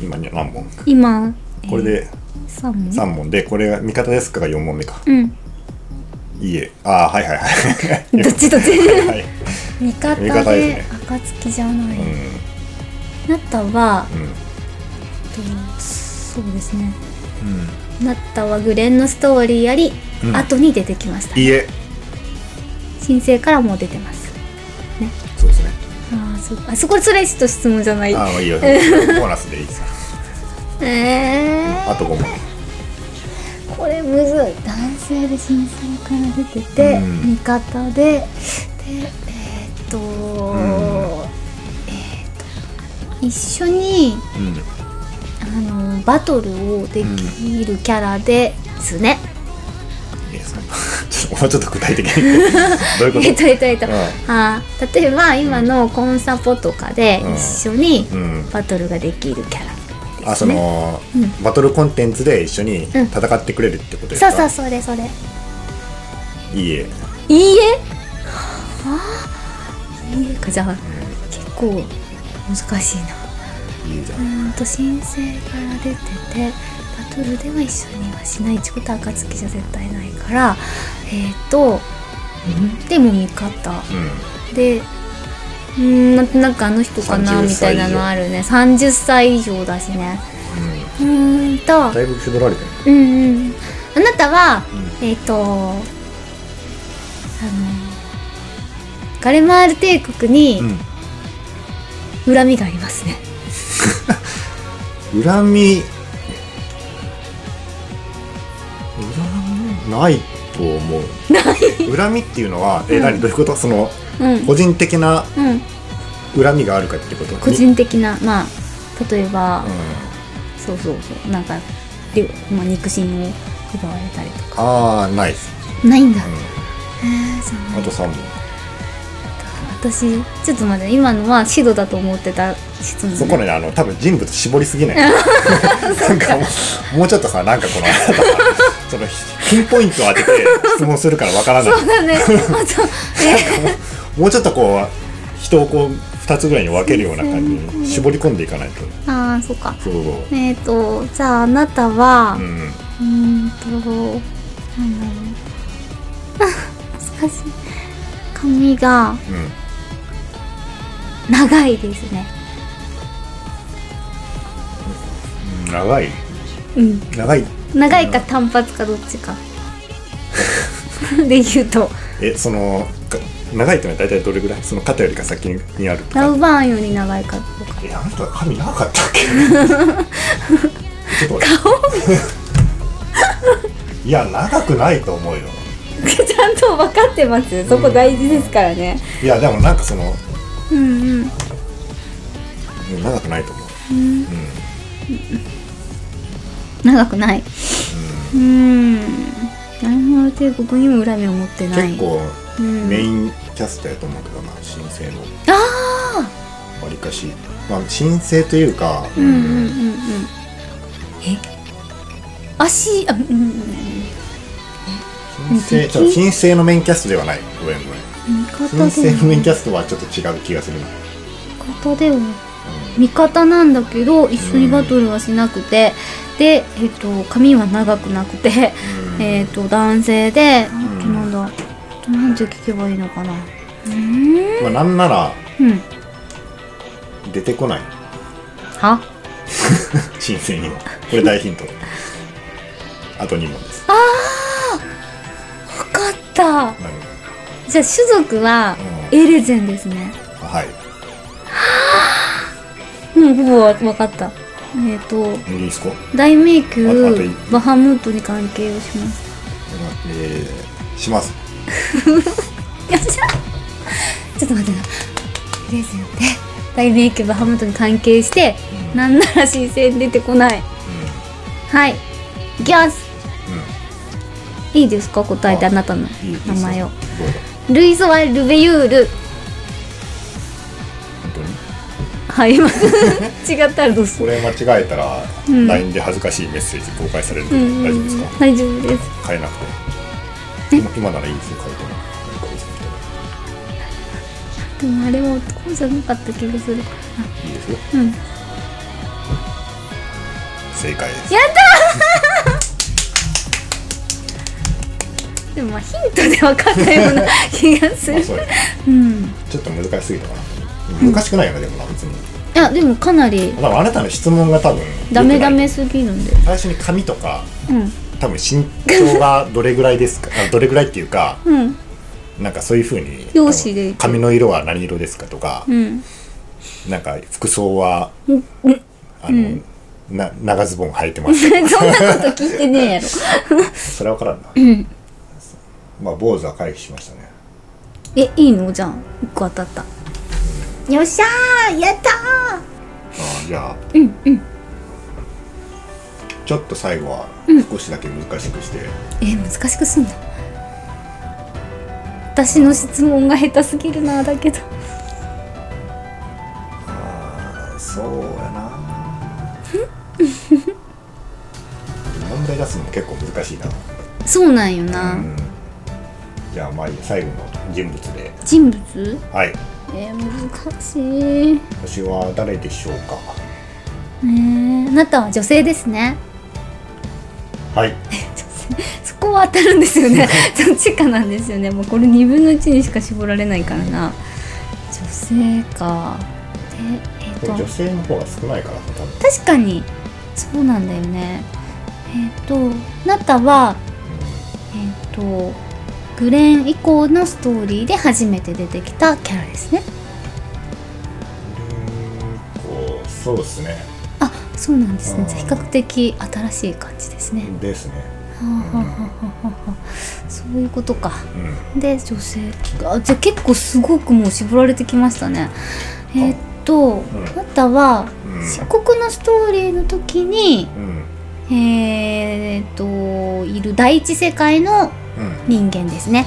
Speaker 2: 今ね何問
Speaker 1: 今
Speaker 2: これで
Speaker 1: 3問
Speaker 2: 3問でこれが味方ですかが4問目か
Speaker 1: うん
Speaker 2: いいえああはいはいは
Speaker 1: どっちどっち
Speaker 2: い はい
Speaker 1: 味方で
Speaker 2: 味方ですね
Speaker 1: 暁じゃない、
Speaker 2: うん
Speaker 1: あなたは、
Speaker 2: うん
Speaker 1: えっとそうですねあなたはグレンのストーリーより
Speaker 2: うん
Speaker 1: 後に出てきました、
Speaker 2: いいえ
Speaker 1: 新生からもう出てます
Speaker 2: そうですね
Speaker 1: あーそあそこそれちょっと質問じゃない
Speaker 2: ああいいよボーナスでい いですから
Speaker 1: え
Speaker 2: あと5問
Speaker 1: ー、これむずい男性で新生から出てて、
Speaker 2: うん
Speaker 1: 味方ででえーっと、
Speaker 2: ん
Speaker 1: えーっと一緒に
Speaker 2: うん
Speaker 1: あのバトルをできるキャラですね、
Speaker 2: い いですかちょっともうちょっと具体的にどういうこ
Speaker 1: えっ
Speaker 2: と
Speaker 1: とえっとえっと、
Speaker 2: うん
Speaker 1: あー例えば今のコンサポとかで
Speaker 2: うん
Speaker 1: 一緒に
Speaker 2: うん
Speaker 1: バトルができるキャラです、ね
Speaker 2: あその、
Speaker 1: うん
Speaker 2: バトルコンテンツで一緒に
Speaker 1: うん
Speaker 2: 戦ってくれるってことです
Speaker 1: そ
Speaker 2: か、
Speaker 1: うそうそれそれ
Speaker 2: い
Speaker 1: い
Speaker 2: いえ
Speaker 1: いえあいいえかじゃあ結構難しいない
Speaker 2: いじゃん
Speaker 1: うーんと申請から出ててバトルでは一緒にはしないってことは暁じゃ絶対ないからえっ、ー、とでも味方
Speaker 2: う
Speaker 1: でうーんなんとなくあの人かな
Speaker 2: 30
Speaker 1: みたいなのあるね30歳以上だしね
Speaker 2: ん、うん
Speaker 1: うーんと
Speaker 2: だいぶ絞られてる
Speaker 1: うんうんあなたは、
Speaker 2: う
Speaker 1: えっ、とあのガレマール帝国に恨みがありますね、
Speaker 2: うん恨み恨みないとと思う恨みっていうのはえ何どういうことその
Speaker 1: うん
Speaker 2: 個人的な
Speaker 1: うん
Speaker 2: 恨みがあるかってこと
Speaker 1: 個人的なまあ例えば、
Speaker 2: うん
Speaker 1: そうそうそうなんか、りょまあ、肉親を奪われたりと
Speaker 2: ああないです、
Speaker 1: かないんだ、
Speaker 2: うん
Speaker 1: へえそうなんだ
Speaker 2: あと3問
Speaker 1: 私ちょっと待って今のはシドだと思ってた質問
Speaker 2: そこのねあの多分人物絞りすぎない なんかもうもうちょっとさなんかこのあなたはそのピンポイントを当てて質問するからわからない
Speaker 1: そうだねあ とえ
Speaker 2: もうちょっとこう人をこう2つぐらいに分けるような感じに絞り込んでいかないと
Speaker 1: あーそうか
Speaker 2: そうそう
Speaker 1: えっ、ー、とじゃああなたは
Speaker 2: う、ん
Speaker 1: うーんとなんだろうあ 難しい髪が
Speaker 2: うん
Speaker 1: 長いですね
Speaker 2: 長い
Speaker 1: うん
Speaker 2: 長い
Speaker 1: 長いか短髪かどっちかで言うと
Speaker 2: えそのか長いってのは大体どれぐらいその肩よりか先にあると
Speaker 1: ラ
Speaker 2: か
Speaker 1: ブバーンより長いかどうか
Speaker 2: えあなた髪長かっ たっけちょっと 顔いや長くないと思うよ
Speaker 1: ちゃんと分か ってますそこ大事ですからね
Speaker 2: いやでもなんかその
Speaker 1: うんうん
Speaker 2: うん長くないと思う
Speaker 1: 長くないうんなるほど帝国にも恨みを持ってない
Speaker 2: 結構
Speaker 1: うん
Speaker 2: メインキャストやと思うけどな新生の
Speaker 1: ああ
Speaker 2: わりかしまあ新生というか
Speaker 1: うんうんうんうんえ足あうんうんうん
Speaker 2: 新生ちょっと新生のメインキャストではないごめんごめん
Speaker 1: 味方
Speaker 2: 新
Speaker 1: で
Speaker 2: 生の
Speaker 1: も
Speaker 2: メインキャストはちょっと違う気がするな
Speaker 1: 味方でも味方なんだけど一緒にバトルはしなくて、で、えっと髪は長くなくて、
Speaker 2: うん
Speaker 1: えっと男性で、
Speaker 2: ん
Speaker 1: あとなんだあとなんて聞けばいいのかなうーん
Speaker 2: まあなんなら
Speaker 1: うん
Speaker 2: 出てこない
Speaker 1: は
Speaker 2: 新生にはこれ大ヒ ントあと2問です
Speaker 1: 分かった
Speaker 2: 何うん
Speaker 1: じゃあ種族は
Speaker 2: うん
Speaker 1: エレゼンですね
Speaker 2: はい
Speaker 1: もうほぼ分かったえっ、と
Speaker 2: イギリス語
Speaker 1: 大迷
Speaker 2: ああとい
Speaker 1: 宮バハムートに関係をします
Speaker 2: えー、します
Speaker 1: よっしゃ ちょっと待ってなエレゼンって大迷宮バハムートに関係して
Speaker 2: うん
Speaker 1: なんなら新鮮出てこないはいいきます
Speaker 2: う
Speaker 1: いいですか答えて
Speaker 2: あ
Speaker 1: あなたの
Speaker 2: ん、うん、いいです
Speaker 1: 名前
Speaker 2: よ
Speaker 1: を
Speaker 2: どうぞ
Speaker 1: ルイソワ・ルベユール
Speaker 2: 本当に
Speaker 1: はい今違ったらどうす
Speaker 2: こ
Speaker 1: る
Speaker 2: れ間違えたら
Speaker 1: うん
Speaker 2: LINE で恥ずかしいメッセージ公開されるの
Speaker 1: う
Speaker 2: で
Speaker 1: ん
Speaker 2: 大丈夫ですか
Speaker 1: 大丈夫です
Speaker 2: 変えなくて今今ならいいですよ変えても
Speaker 1: でもあれは男じゃなかった気がする
Speaker 2: いいですよ
Speaker 1: うん
Speaker 2: 正解です
Speaker 1: や でもまあヒントで分かったような気がす
Speaker 2: ま あ
Speaker 1: る
Speaker 2: そうです
Speaker 1: うんい
Speaker 2: ちょっと難しすぎたかな難しくないよねでもな別に
Speaker 1: やでもかなり
Speaker 2: 多分あなたの質問が多分
Speaker 1: ダメダメ
Speaker 2: 良く
Speaker 1: すぎるんで
Speaker 2: ない最初に髪とか
Speaker 1: うん
Speaker 2: 多分身長がどれぐらいですかあどれぐらいっていうか
Speaker 1: うん
Speaker 2: なんかそういうふうに
Speaker 1: 容姿で
Speaker 2: 髪の色は何色ですかとか
Speaker 1: うん
Speaker 2: なんか服装は
Speaker 1: うんうん
Speaker 2: あの、な長ズボン履いてます
Speaker 1: そんなこと聞いてねえやろ
Speaker 2: それは分からんな、
Speaker 1: ん
Speaker 2: まあ坊主は回避しましたね
Speaker 1: えいいのじゃん一個当たったよっしゃーやった
Speaker 2: ああじゃあ
Speaker 1: ーうんうん
Speaker 2: ちょっと最後は少しだけ難しくして、
Speaker 1: え難しくすんだ私の質問が下手すぎるなだけど
Speaker 2: そうやな問題出すのも結構難しいな、
Speaker 1: そうなんよな、
Speaker 2: うんじゃあまあいいや最後の人物で
Speaker 1: 人物
Speaker 2: はい
Speaker 1: えー、難しい
Speaker 2: 私は誰でしょうか
Speaker 1: えー、あなたは女性ですね
Speaker 2: はい
Speaker 1: そこは当たるんですよ ねどっちかなんですよねもうこれ2分の1にしか絞られないからな女性かでえっ、
Speaker 2: これ
Speaker 1: と
Speaker 2: 女性の方が少ないからさ多分
Speaker 1: 確かにそうなんだよねえっ、とあなたはえっ、とグレン以降のストーリーで初めて出てきたキャラですね
Speaker 2: こうそうですね
Speaker 1: あそうなんですね
Speaker 2: あ
Speaker 1: じ
Speaker 2: ー
Speaker 1: ゃあ比較的新しい感じですね
Speaker 2: ですね
Speaker 1: ははははそういうことか
Speaker 2: うん
Speaker 1: で女性あじゃあ結構すごくもう絞られてきましたねえーっと、
Speaker 2: ん
Speaker 1: あなたは
Speaker 2: うん
Speaker 1: 漆黒のストーリーの時に、
Speaker 2: うん
Speaker 1: えーっといる第一世界の
Speaker 2: うん
Speaker 1: 人間ですね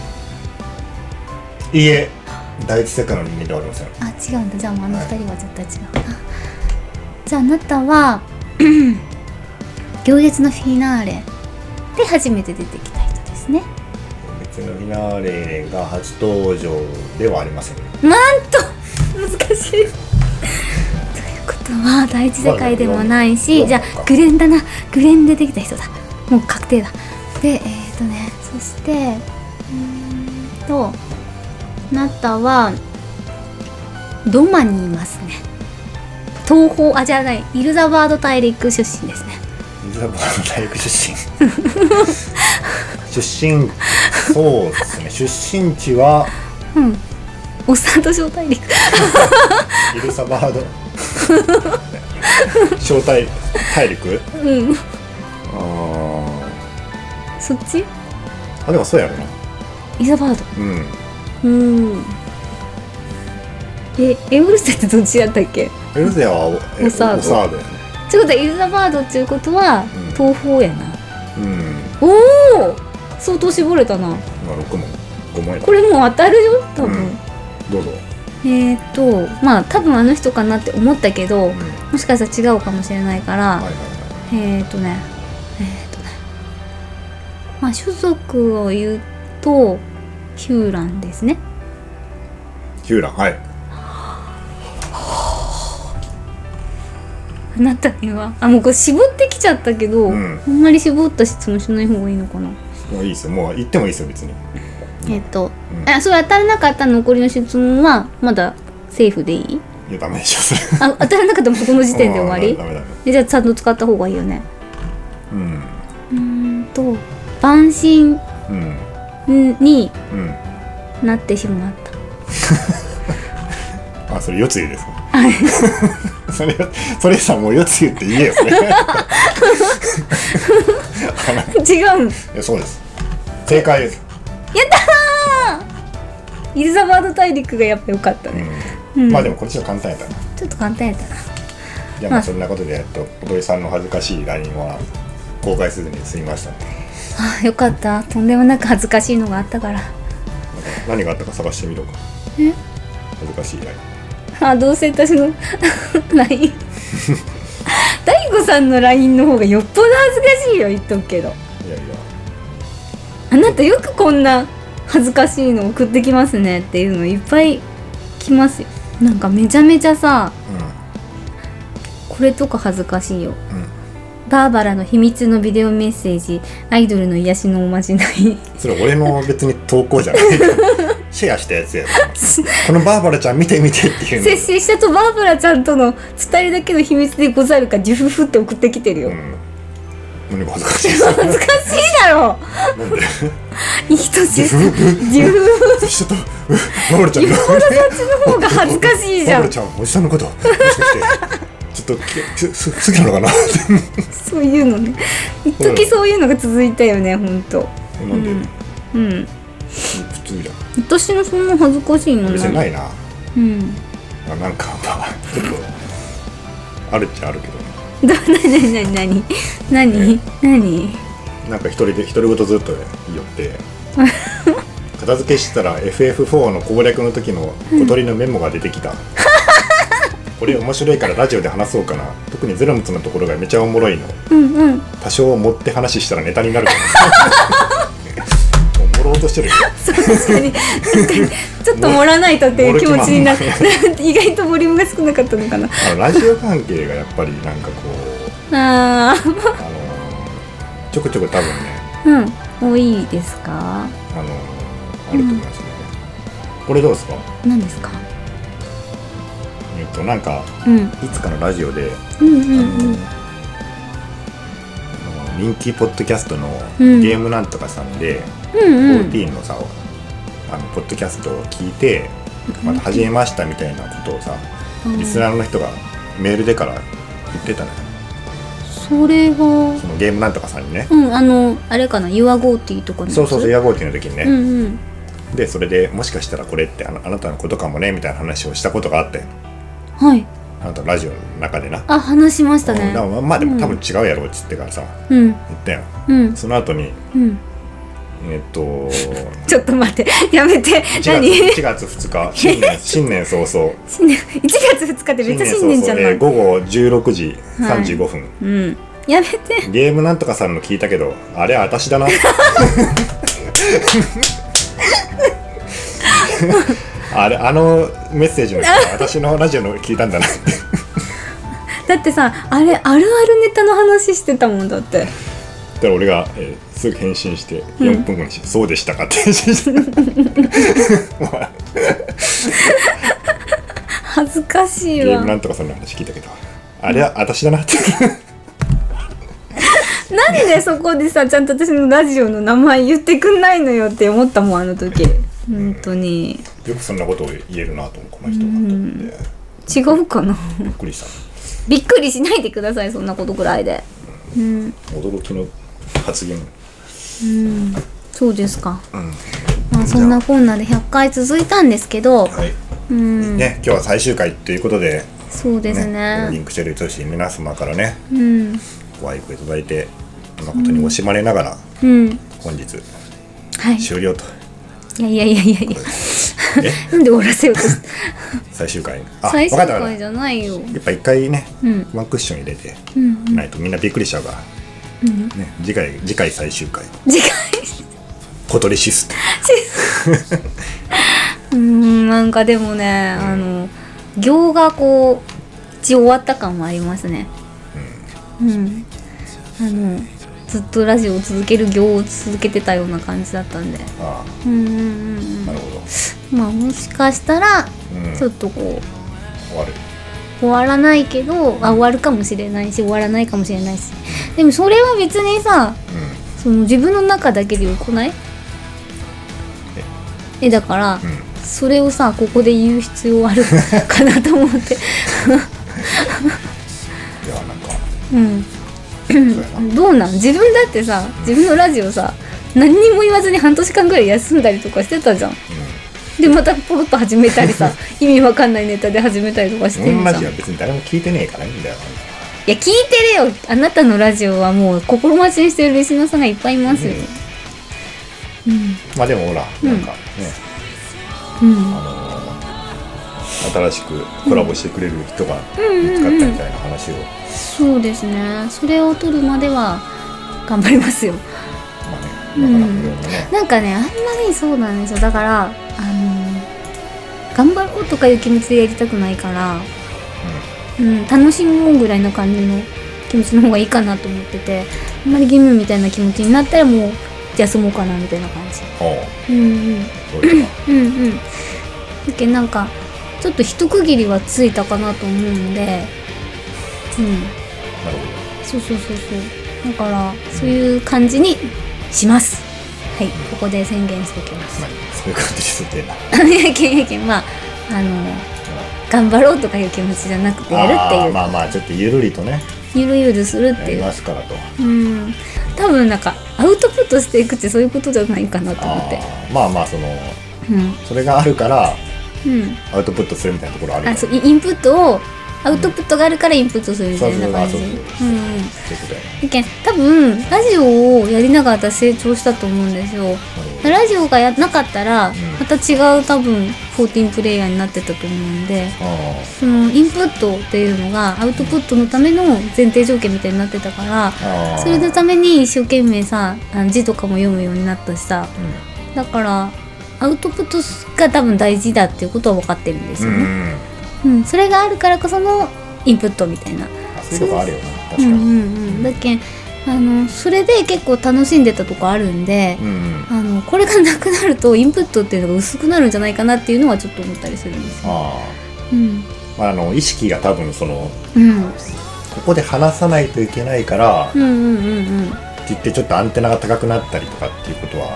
Speaker 2: いいえ第一世界の人間ではありません
Speaker 1: あ違うんだじゃあもうあの二人は絶対違うな、じゃああなたは行列のフィナーレで初めて出てきた人ですね
Speaker 2: 別のフィナーレが初登場ではありません
Speaker 1: なんと難しいということは第一世界でもないし、
Speaker 2: まあ
Speaker 1: じゃ
Speaker 2: まあま
Speaker 1: あ
Speaker 2: あ
Speaker 1: グレンだなグレンでできた人だもう確定だでえっ、ー、とねそしてうーんとあなたはドマにいますね東方あじゃないイルザバード大陸出身ですね
Speaker 2: 水沢の大学出身出身そうですね出身地は
Speaker 1: うんおっさんと小大陸
Speaker 2: イルサバード小大大陸
Speaker 1: うん
Speaker 2: あ
Speaker 1: そっち
Speaker 2: ーあでもそうやろな
Speaker 1: イルザバード
Speaker 2: うん
Speaker 1: うんえエウルステってどっちだったっけ
Speaker 2: エルゼアはえ
Speaker 1: オサード
Speaker 2: オサードやね
Speaker 1: ちょっとイルザバードっていうことは、
Speaker 2: うん
Speaker 1: 東方やな
Speaker 2: うん
Speaker 1: おお相当絞れたな
Speaker 2: まあ6問5問や
Speaker 1: これもう当たるよ多分、
Speaker 2: どうぞ
Speaker 1: えー、っとまあ多分あの人かなって思ったけど、
Speaker 2: うんはい
Speaker 1: もしかしたら違うかもしれないから、
Speaker 2: はいはい
Speaker 1: えー、っとねえー、っとねまあ所属を言うとヒューランですね
Speaker 2: ヒューランはい
Speaker 1: あなたにはあもうこれ絞ってきちゃったけど、
Speaker 2: うん
Speaker 1: あんまり絞った質問しない方がいいのかな
Speaker 2: もういいですよもう言ってもいいですよ別に
Speaker 1: えっと、
Speaker 2: うん
Speaker 1: あそれ当たらなかった残りの質問はまだセーフでいい
Speaker 2: いやダメでしょそれ
Speaker 1: あ当たらなかったらもうこの時点で終わり
Speaker 2: ダメダメ
Speaker 1: えじゃあちゃんと使った方がいいよね
Speaker 2: うん
Speaker 1: うーんと晩神
Speaker 2: うん
Speaker 1: に
Speaker 2: うん
Speaker 1: なってしまった
Speaker 2: あそれ四つ湯ですか それそれさもう四つ湯って言えよ それあのい
Speaker 1: 違うん
Speaker 2: やそうです正解です、
Speaker 1: イルザバード大陸がやっぱ良かったね、
Speaker 2: うん
Speaker 1: うん
Speaker 2: まあでもこっちは簡単やったな
Speaker 1: ちょっと簡単やったな
Speaker 2: じゃあまあそんなことでやっと踊りさんの恥ずかしい LINE は公開せずに済みましたんで
Speaker 1: あよかったとんでもなく恥ずかしいのがあったから
Speaker 2: また何があったか探してみろか
Speaker 1: え
Speaker 2: 恥ずかしい LINE
Speaker 1: あどうせ私の LINE 大悟さんの LINE の方がよっぽど恥ずかしいよ言っとくけど
Speaker 2: いやいや
Speaker 1: あなたよくこんな恥ずかしいの送ってきますねっていうのいっぱい来ますよなんかめちゃめちゃさこれとか恥ずかしいよ
Speaker 2: うんうん
Speaker 1: バーバラの秘密のビデオメッセージアイドルの癒しのおまじない
Speaker 2: それ俺の別に投稿じゃない シェアしたやつやからこのバーバラちゃん見て見てっていうの
Speaker 1: 接ししたとバーバラちゃんとの2人だけの秘密でござるかジュフフって送ってきてるよ、
Speaker 2: うん、何が恥ずかしいです
Speaker 1: 恥ずかしいだろ
Speaker 2: なんで
Speaker 1: いい年し
Speaker 2: ジュフフ
Speaker 1: ジュフフ
Speaker 2: ちょっとうバーバラちゃんの
Speaker 1: の方が恥ずかしいじ
Speaker 2: バ
Speaker 1: ゃ
Speaker 2: ーバラ
Speaker 1: ん
Speaker 2: ちゃんおじさんのこともしかしてちょっときすす好きなのかな
Speaker 1: そういうのね一時そういうのが続いたよねほんと
Speaker 2: なんで、
Speaker 1: うん
Speaker 2: 普通じゃん
Speaker 1: 私のそんな恥ずかしいの
Speaker 2: 別
Speaker 1: な
Speaker 2: に
Speaker 1: い
Speaker 2: ないな
Speaker 1: うん
Speaker 2: あなんかまあちょっとあるっちゃあるけど
Speaker 1: ど なになになになになに
Speaker 2: なんか一人で独り言ずっと 言って片付けしたら FF4 の攻略の時の小鳥のメモが出て きたこれ面白いからラジオで話そうかな特にゼロムツのところがめちゃおもろいの
Speaker 1: うんうん
Speaker 2: 多少持って話したらネタになるかももう盛ろうとしてるよ
Speaker 1: そう確かに確かにちょっと盛らないとっていう気持ちになって 意外とボリュームが少なかったのかな
Speaker 2: あのラジオ関係がやっぱりなんかこう
Speaker 1: あ
Speaker 2: あのーちょくちょく多分ね
Speaker 1: ーうん多いですか
Speaker 2: あのーあると思いますね、これどうですか
Speaker 1: 何ですか
Speaker 2: えっとなんか
Speaker 1: うん
Speaker 2: いつかのラジオで
Speaker 1: うんうん
Speaker 2: あ
Speaker 1: うん
Speaker 2: の人気ポッドキャストの
Speaker 1: うん
Speaker 2: ゲームなんとかさんで、
Speaker 1: うんうん
Speaker 2: 14のさあのポッドキャストを聞いてまた始めましたみたいなことをさ、リスナーの人がメールでから言ってたのよ
Speaker 1: それは
Speaker 2: そのゲームなんとかさんにね、
Speaker 1: うんあのあれかな「You are g o t y とかの
Speaker 2: そうそうそう
Speaker 1: う
Speaker 2: ヤゴーティの時にね、
Speaker 1: うんうん
Speaker 2: でそれでもしかしたらこれってあのあなたのことかもねみたいな話をしたことがあって
Speaker 1: はい
Speaker 2: あなたのラジオの中でな、
Speaker 1: あ話しました
Speaker 2: うん
Speaker 1: ね
Speaker 2: だからまあまあで
Speaker 1: う
Speaker 2: も
Speaker 1: ん
Speaker 2: 多分違うやろうっつってからさ
Speaker 1: うん
Speaker 2: 言ったよ
Speaker 1: うん
Speaker 2: その後に
Speaker 1: うん
Speaker 2: えっと
Speaker 1: ちょっと待ってやめて
Speaker 2: 1月
Speaker 1: 何
Speaker 2: ,1 月 2日新年新年早々
Speaker 1: 新年1月2日ってめっちゃ新年じゃな
Speaker 2: え
Speaker 1: い
Speaker 2: ー午後16時35分、
Speaker 1: うんやめて
Speaker 2: ゲームなんとかさんの聞いたけどあれは私 だなあれあのメッセージの人は私のラジオの聞いたんだなって
Speaker 1: だってさあれあるあるネタの話してたもんだって
Speaker 2: だから俺が、えーすぐ返信して4分後にし、そうでしたか」って返信して
Speaker 1: 恥ずかしい
Speaker 2: ゲー
Speaker 1: わ
Speaker 2: ムなんとかさんの話聞いたけどあれは私だなって
Speaker 1: なんでそこでさちゃんと私のラジオの名前言ってくんないのよって思ったもんあの時本当に
Speaker 2: よくそんなことを言えるなと思うこの人がと思って
Speaker 1: 違うかな
Speaker 2: びっくりした
Speaker 1: びっくりしないでくださいそんなことぐらいでうん
Speaker 2: 驚きの発言
Speaker 1: そうですか、
Speaker 2: ん
Speaker 1: まあ、そんなこんなで100回続いたんですけど
Speaker 2: はい、
Speaker 1: うん
Speaker 2: ね今日は最終回ということで
Speaker 1: そうです
Speaker 2: ねリ
Speaker 1: ね
Speaker 2: ンクシェル通信皆様からね
Speaker 1: うん
Speaker 2: ご愛顧いただいて誠に惜しまれながら
Speaker 1: うん
Speaker 2: 本日
Speaker 1: はい
Speaker 2: 終了と、
Speaker 1: いやいやいやいやいやなんで終わらせようとし
Speaker 2: 最終回あ
Speaker 1: 最終
Speaker 2: 分かった分か
Speaker 1: 回
Speaker 2: っ
Speaker 1: じゃないよ
Speaker 2: たやっぱ一回ね、
Speaker 1: うん
Speaker 2: ワンクッション入れて
Speaker 1: うん
Speaker 2: ないとみんなびっくりしちゃうから、ね、次回次回最終回
Speaker 1: 次回
Speaker 2: 小鳥システ
Speaker 1: うーんなんかでもね、あの行がこう一応終わった感もありますねうん、あのずっとラジオを続ける行を続けてたような感じだったんで
Speaker 2: ムあ
Speaker 1: うんうんうん
Speaker 2: あなるほど
Speaker 1: うんまあもしかしたら、
Speaker 2: うん
Speaker 1: ちょっとこう
Speaker 2: 終わる
Speaker 1: 終わらないけどあ終わるかもしれないし終わらないかもしれないしでもそれは別にさ
Speaker 2: う
Speaker 1: その自分の中だけでよくないえだから、
Speaker 2: んうん
Speaker 1: それをさここで言う必要あるかなと思っ て
Speaker 2: いやなんか
Speaker 1: うん
Speaker 2: そうやな
Speaker 1: どうなん自分だってさ自分のラジオさ何にも言わずに半年間ぐらい休んだりとかしてたじゃんでまたポロッと始めたり さ意味わかんないネタで始めたりとかして
Speaker 2: うん
Speaker 1: る
Speaker 2: 同
Speaker 1: じゃん
Speaker 2: じ
Speaker 1: い
Speaker 2: は別に誰も聞いてねえからいいんだよ
Speaker 1: や聞いてるよあなたのラジオはもう心待ちにしてるリスナーさんがいっぱいいますよ
Speaker 2: まあでもほらなんかね、
Speaker 1: うん、うん
Speaker 2: 新しくコラボしてくれる人が見つかったみたいな話を、
Speaker 1: そうですねそれを取るまでは頑張りますよ
Speaker 2: まあ
Speaker 1: う
Speaker 2: ね
Speaker 1: ん
Speaker 2: なかなかいろいろね、
Speaker 1: なんかねあんまりそうなんですよだからあの頑張ろうとかいう気持ちでやりたくないから、うん、楽しもうぐらいの感じの気持ちの方がいいかなと思っててあんまり義務みたいな気持ちになったらもう休もうかなみたいな感じ
Speaker 2: お
Speaker 1: う
Speaker 2: う
Speaker 1: んうん
Speaker 2: そういえば
Speaker 1: うんうんだけどなんかちょっと一区切りはついたかなと思うんでうん
Speaker 2: なる
Speaker 1: そうそうそうそうだからそういう感じにしますはいここで宣言しておきま
Speaker 2: ほ
Speaker 1: す
Speaker 2: ど、まあ、そういう感じですって な、
Speaker 1: いやけんやけんまああの頑張ろうとかいう気持ちじゃなくてやるって
Speaker 2: あ
Speaker 1: い
Speaker 2: ー
Speaker 1: う、
Speaker 2: まあまあちょっとゆるりとね
Speaker 1: ゆるゆるするっ
Speaker 2: や
Speaker 1: て
Speaker 2: り
Speaker 1: いう
Speaker 2: ますからと
Speaker 1: うん多分なんかアウトプットしていくってそういうことじゃないかなと思
Speaker 2: あ
Speaker 1: って
Speaker 2: ーまあまあその
Speaker 1: うん
Speaker 2: それがあるから
Speaker 1: うん
Speaker 2: アウトプットするみたいなところあるよ
Speaker 1: あ
Speaker 2: ね
Speaker 1: そうイインプットをアウトプットがあるからインプットするみたいな感じ
Speaker 2: そううんそううそうんそういうことやね
Speaker 1: だけん多分ラジオをやりながら私成長したと思うんですよ
Speaker 2: なるほど
Speaker 1: ラジオがやなかったら
Speaker 2: ん
Speaker 1: また違う多分14プレイヤーになってたと思うんで
Speaker 2: あ
Speaker 1: そのインプットっていうのがアウトプットのための前提条件みたいになってたから
Speaker 2: ーあー
Speaker 1: それのために一生懸命さあの字とかも読むようになったしさだからアウトプットが多分大事だっていうことは分かってるんですよ
Speaker 2: うん、うん
Speaker 1: ね、うんそれがあるからこそのインプットみたいな
Speaker 2: あそういうとこあるよな確か
Speaker 1: う
Speaker 2: に、
Speaker 1: んう
Speaker 2: うん
Speaker 1: んうんだけんあのそれで結構楽しんでたとこあるんで、
Speaker 2: うん、
Speaker 1: あのこれがなくなるとインプットっていうのが薄くなるんじゃないかなっていうのはちょっと思ったりするんですよ。
Speaker 2: あ
Speaker 1: うん、
Speaker 2: ー、まああの意識が多分その
Speaker 1: うん、
Speaker 2: ここで話さないといけないから、
Speaker 1: うんうんうん
Speaker 2: って言ってちょっとアンテナが高くなったりとかっていうことは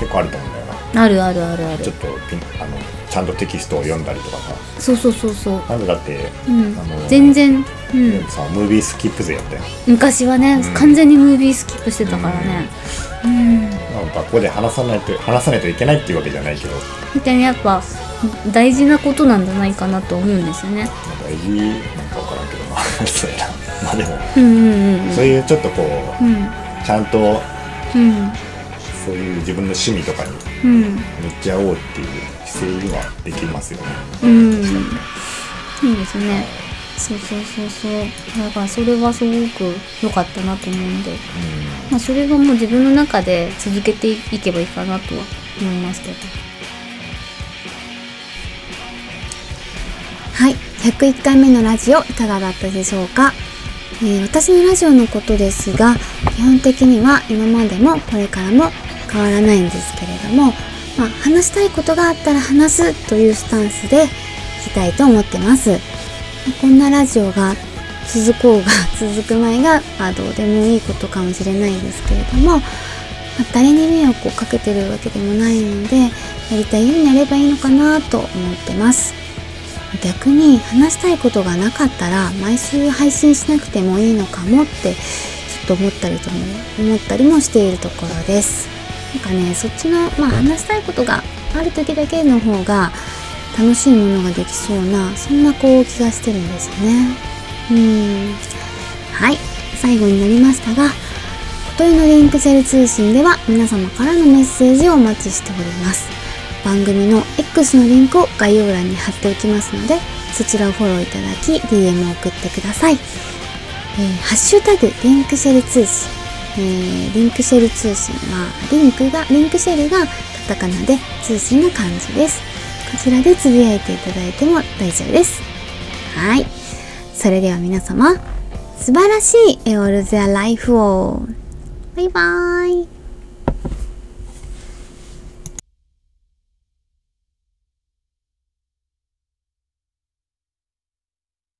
Speaker 2: 結構あると思うんだよな
Speaker 1: うんあるあるあるあ
Speaker 2: ちょ
Speaker 1: る
Speaker 2: っとピンあのちゃんとテキストを読んだりとかさ
Speaker 3: そうそうそうそう、
Speaker 2: なんでだって、
Speaker 3: うん
Speaker 2: あの、
Speaker 3: 全然、うん
Speaker 2: でもさムービースキップ勢やったよ
Speaker 3: 昔はね、
Speaker 2: うん
Speaker 3: 完全にムービースキップしてたからねうん、
Speaker 2: なんかここで話さないと話さないといけないっていうわけじゃないけどなん
Speaker 3: みたいにやっぱ大事なことなんじゃないかなと思うんですよね
Speaker 2: かいいなんかわからんけどな そうやなまあでも、
Speaker 3: うんうんうん
Speaker 2: そういうちょっとこ
Speaker 3: う
Speaker 2: うんちゃんと
Speaker 3: うん
Speaker 2: そういう自分の趣味とかに
Speaker 3: うん
Speaker 2: 向き合おうっていう姿勢にはできますよね
Speaker 3: うんいいですねそうそうそうそうだからそれはすごく良かったなと思うんで、
Speaker 2: う
Speaker 3: まあ、それがもう自分の中で続けていけばいいかなとは思いますけど
Speaker 1: はい、101回目のラジオいかがだったでしょうか、えー私のラジオのことですが基本的には今までもこれからも変わらないんですけれども、まあ、話したいことがあったら話すというスタンスでいきたいと思ってますまあこんなラジオが続こうが 続く前が、まあ、どうでもいいことかもしれないですけれども、まあ誰に迷惑をかけてるわけでもないのでやりたいようにやればいいのかなと思ってます逆に話したいことがなかったら毎週配信しなくてもいいのかもってちょっと思ったりとも思ったりもしているところですなんかねそっちの、まあ、話したいことがある時だけの方が楽しいものができそうなそんなこう気がしてるんですよねうんはい最後になりましたがことりのリンクシェル通信では皆様からのメッセージをお待ちしております番組の X のリンクを概要欄に貼っておきますのでそちらをフォローいただき DM を送ってください、えーハッシュタグリンクシェル通信、えーリンクシェル通信はリンクがリンクシェルがカタカナで通信が漢字ですこちらでつぶやいていただいても大丈夫ですはいそれでは皆様素晴らしいエオルゼアライフをバイバーイ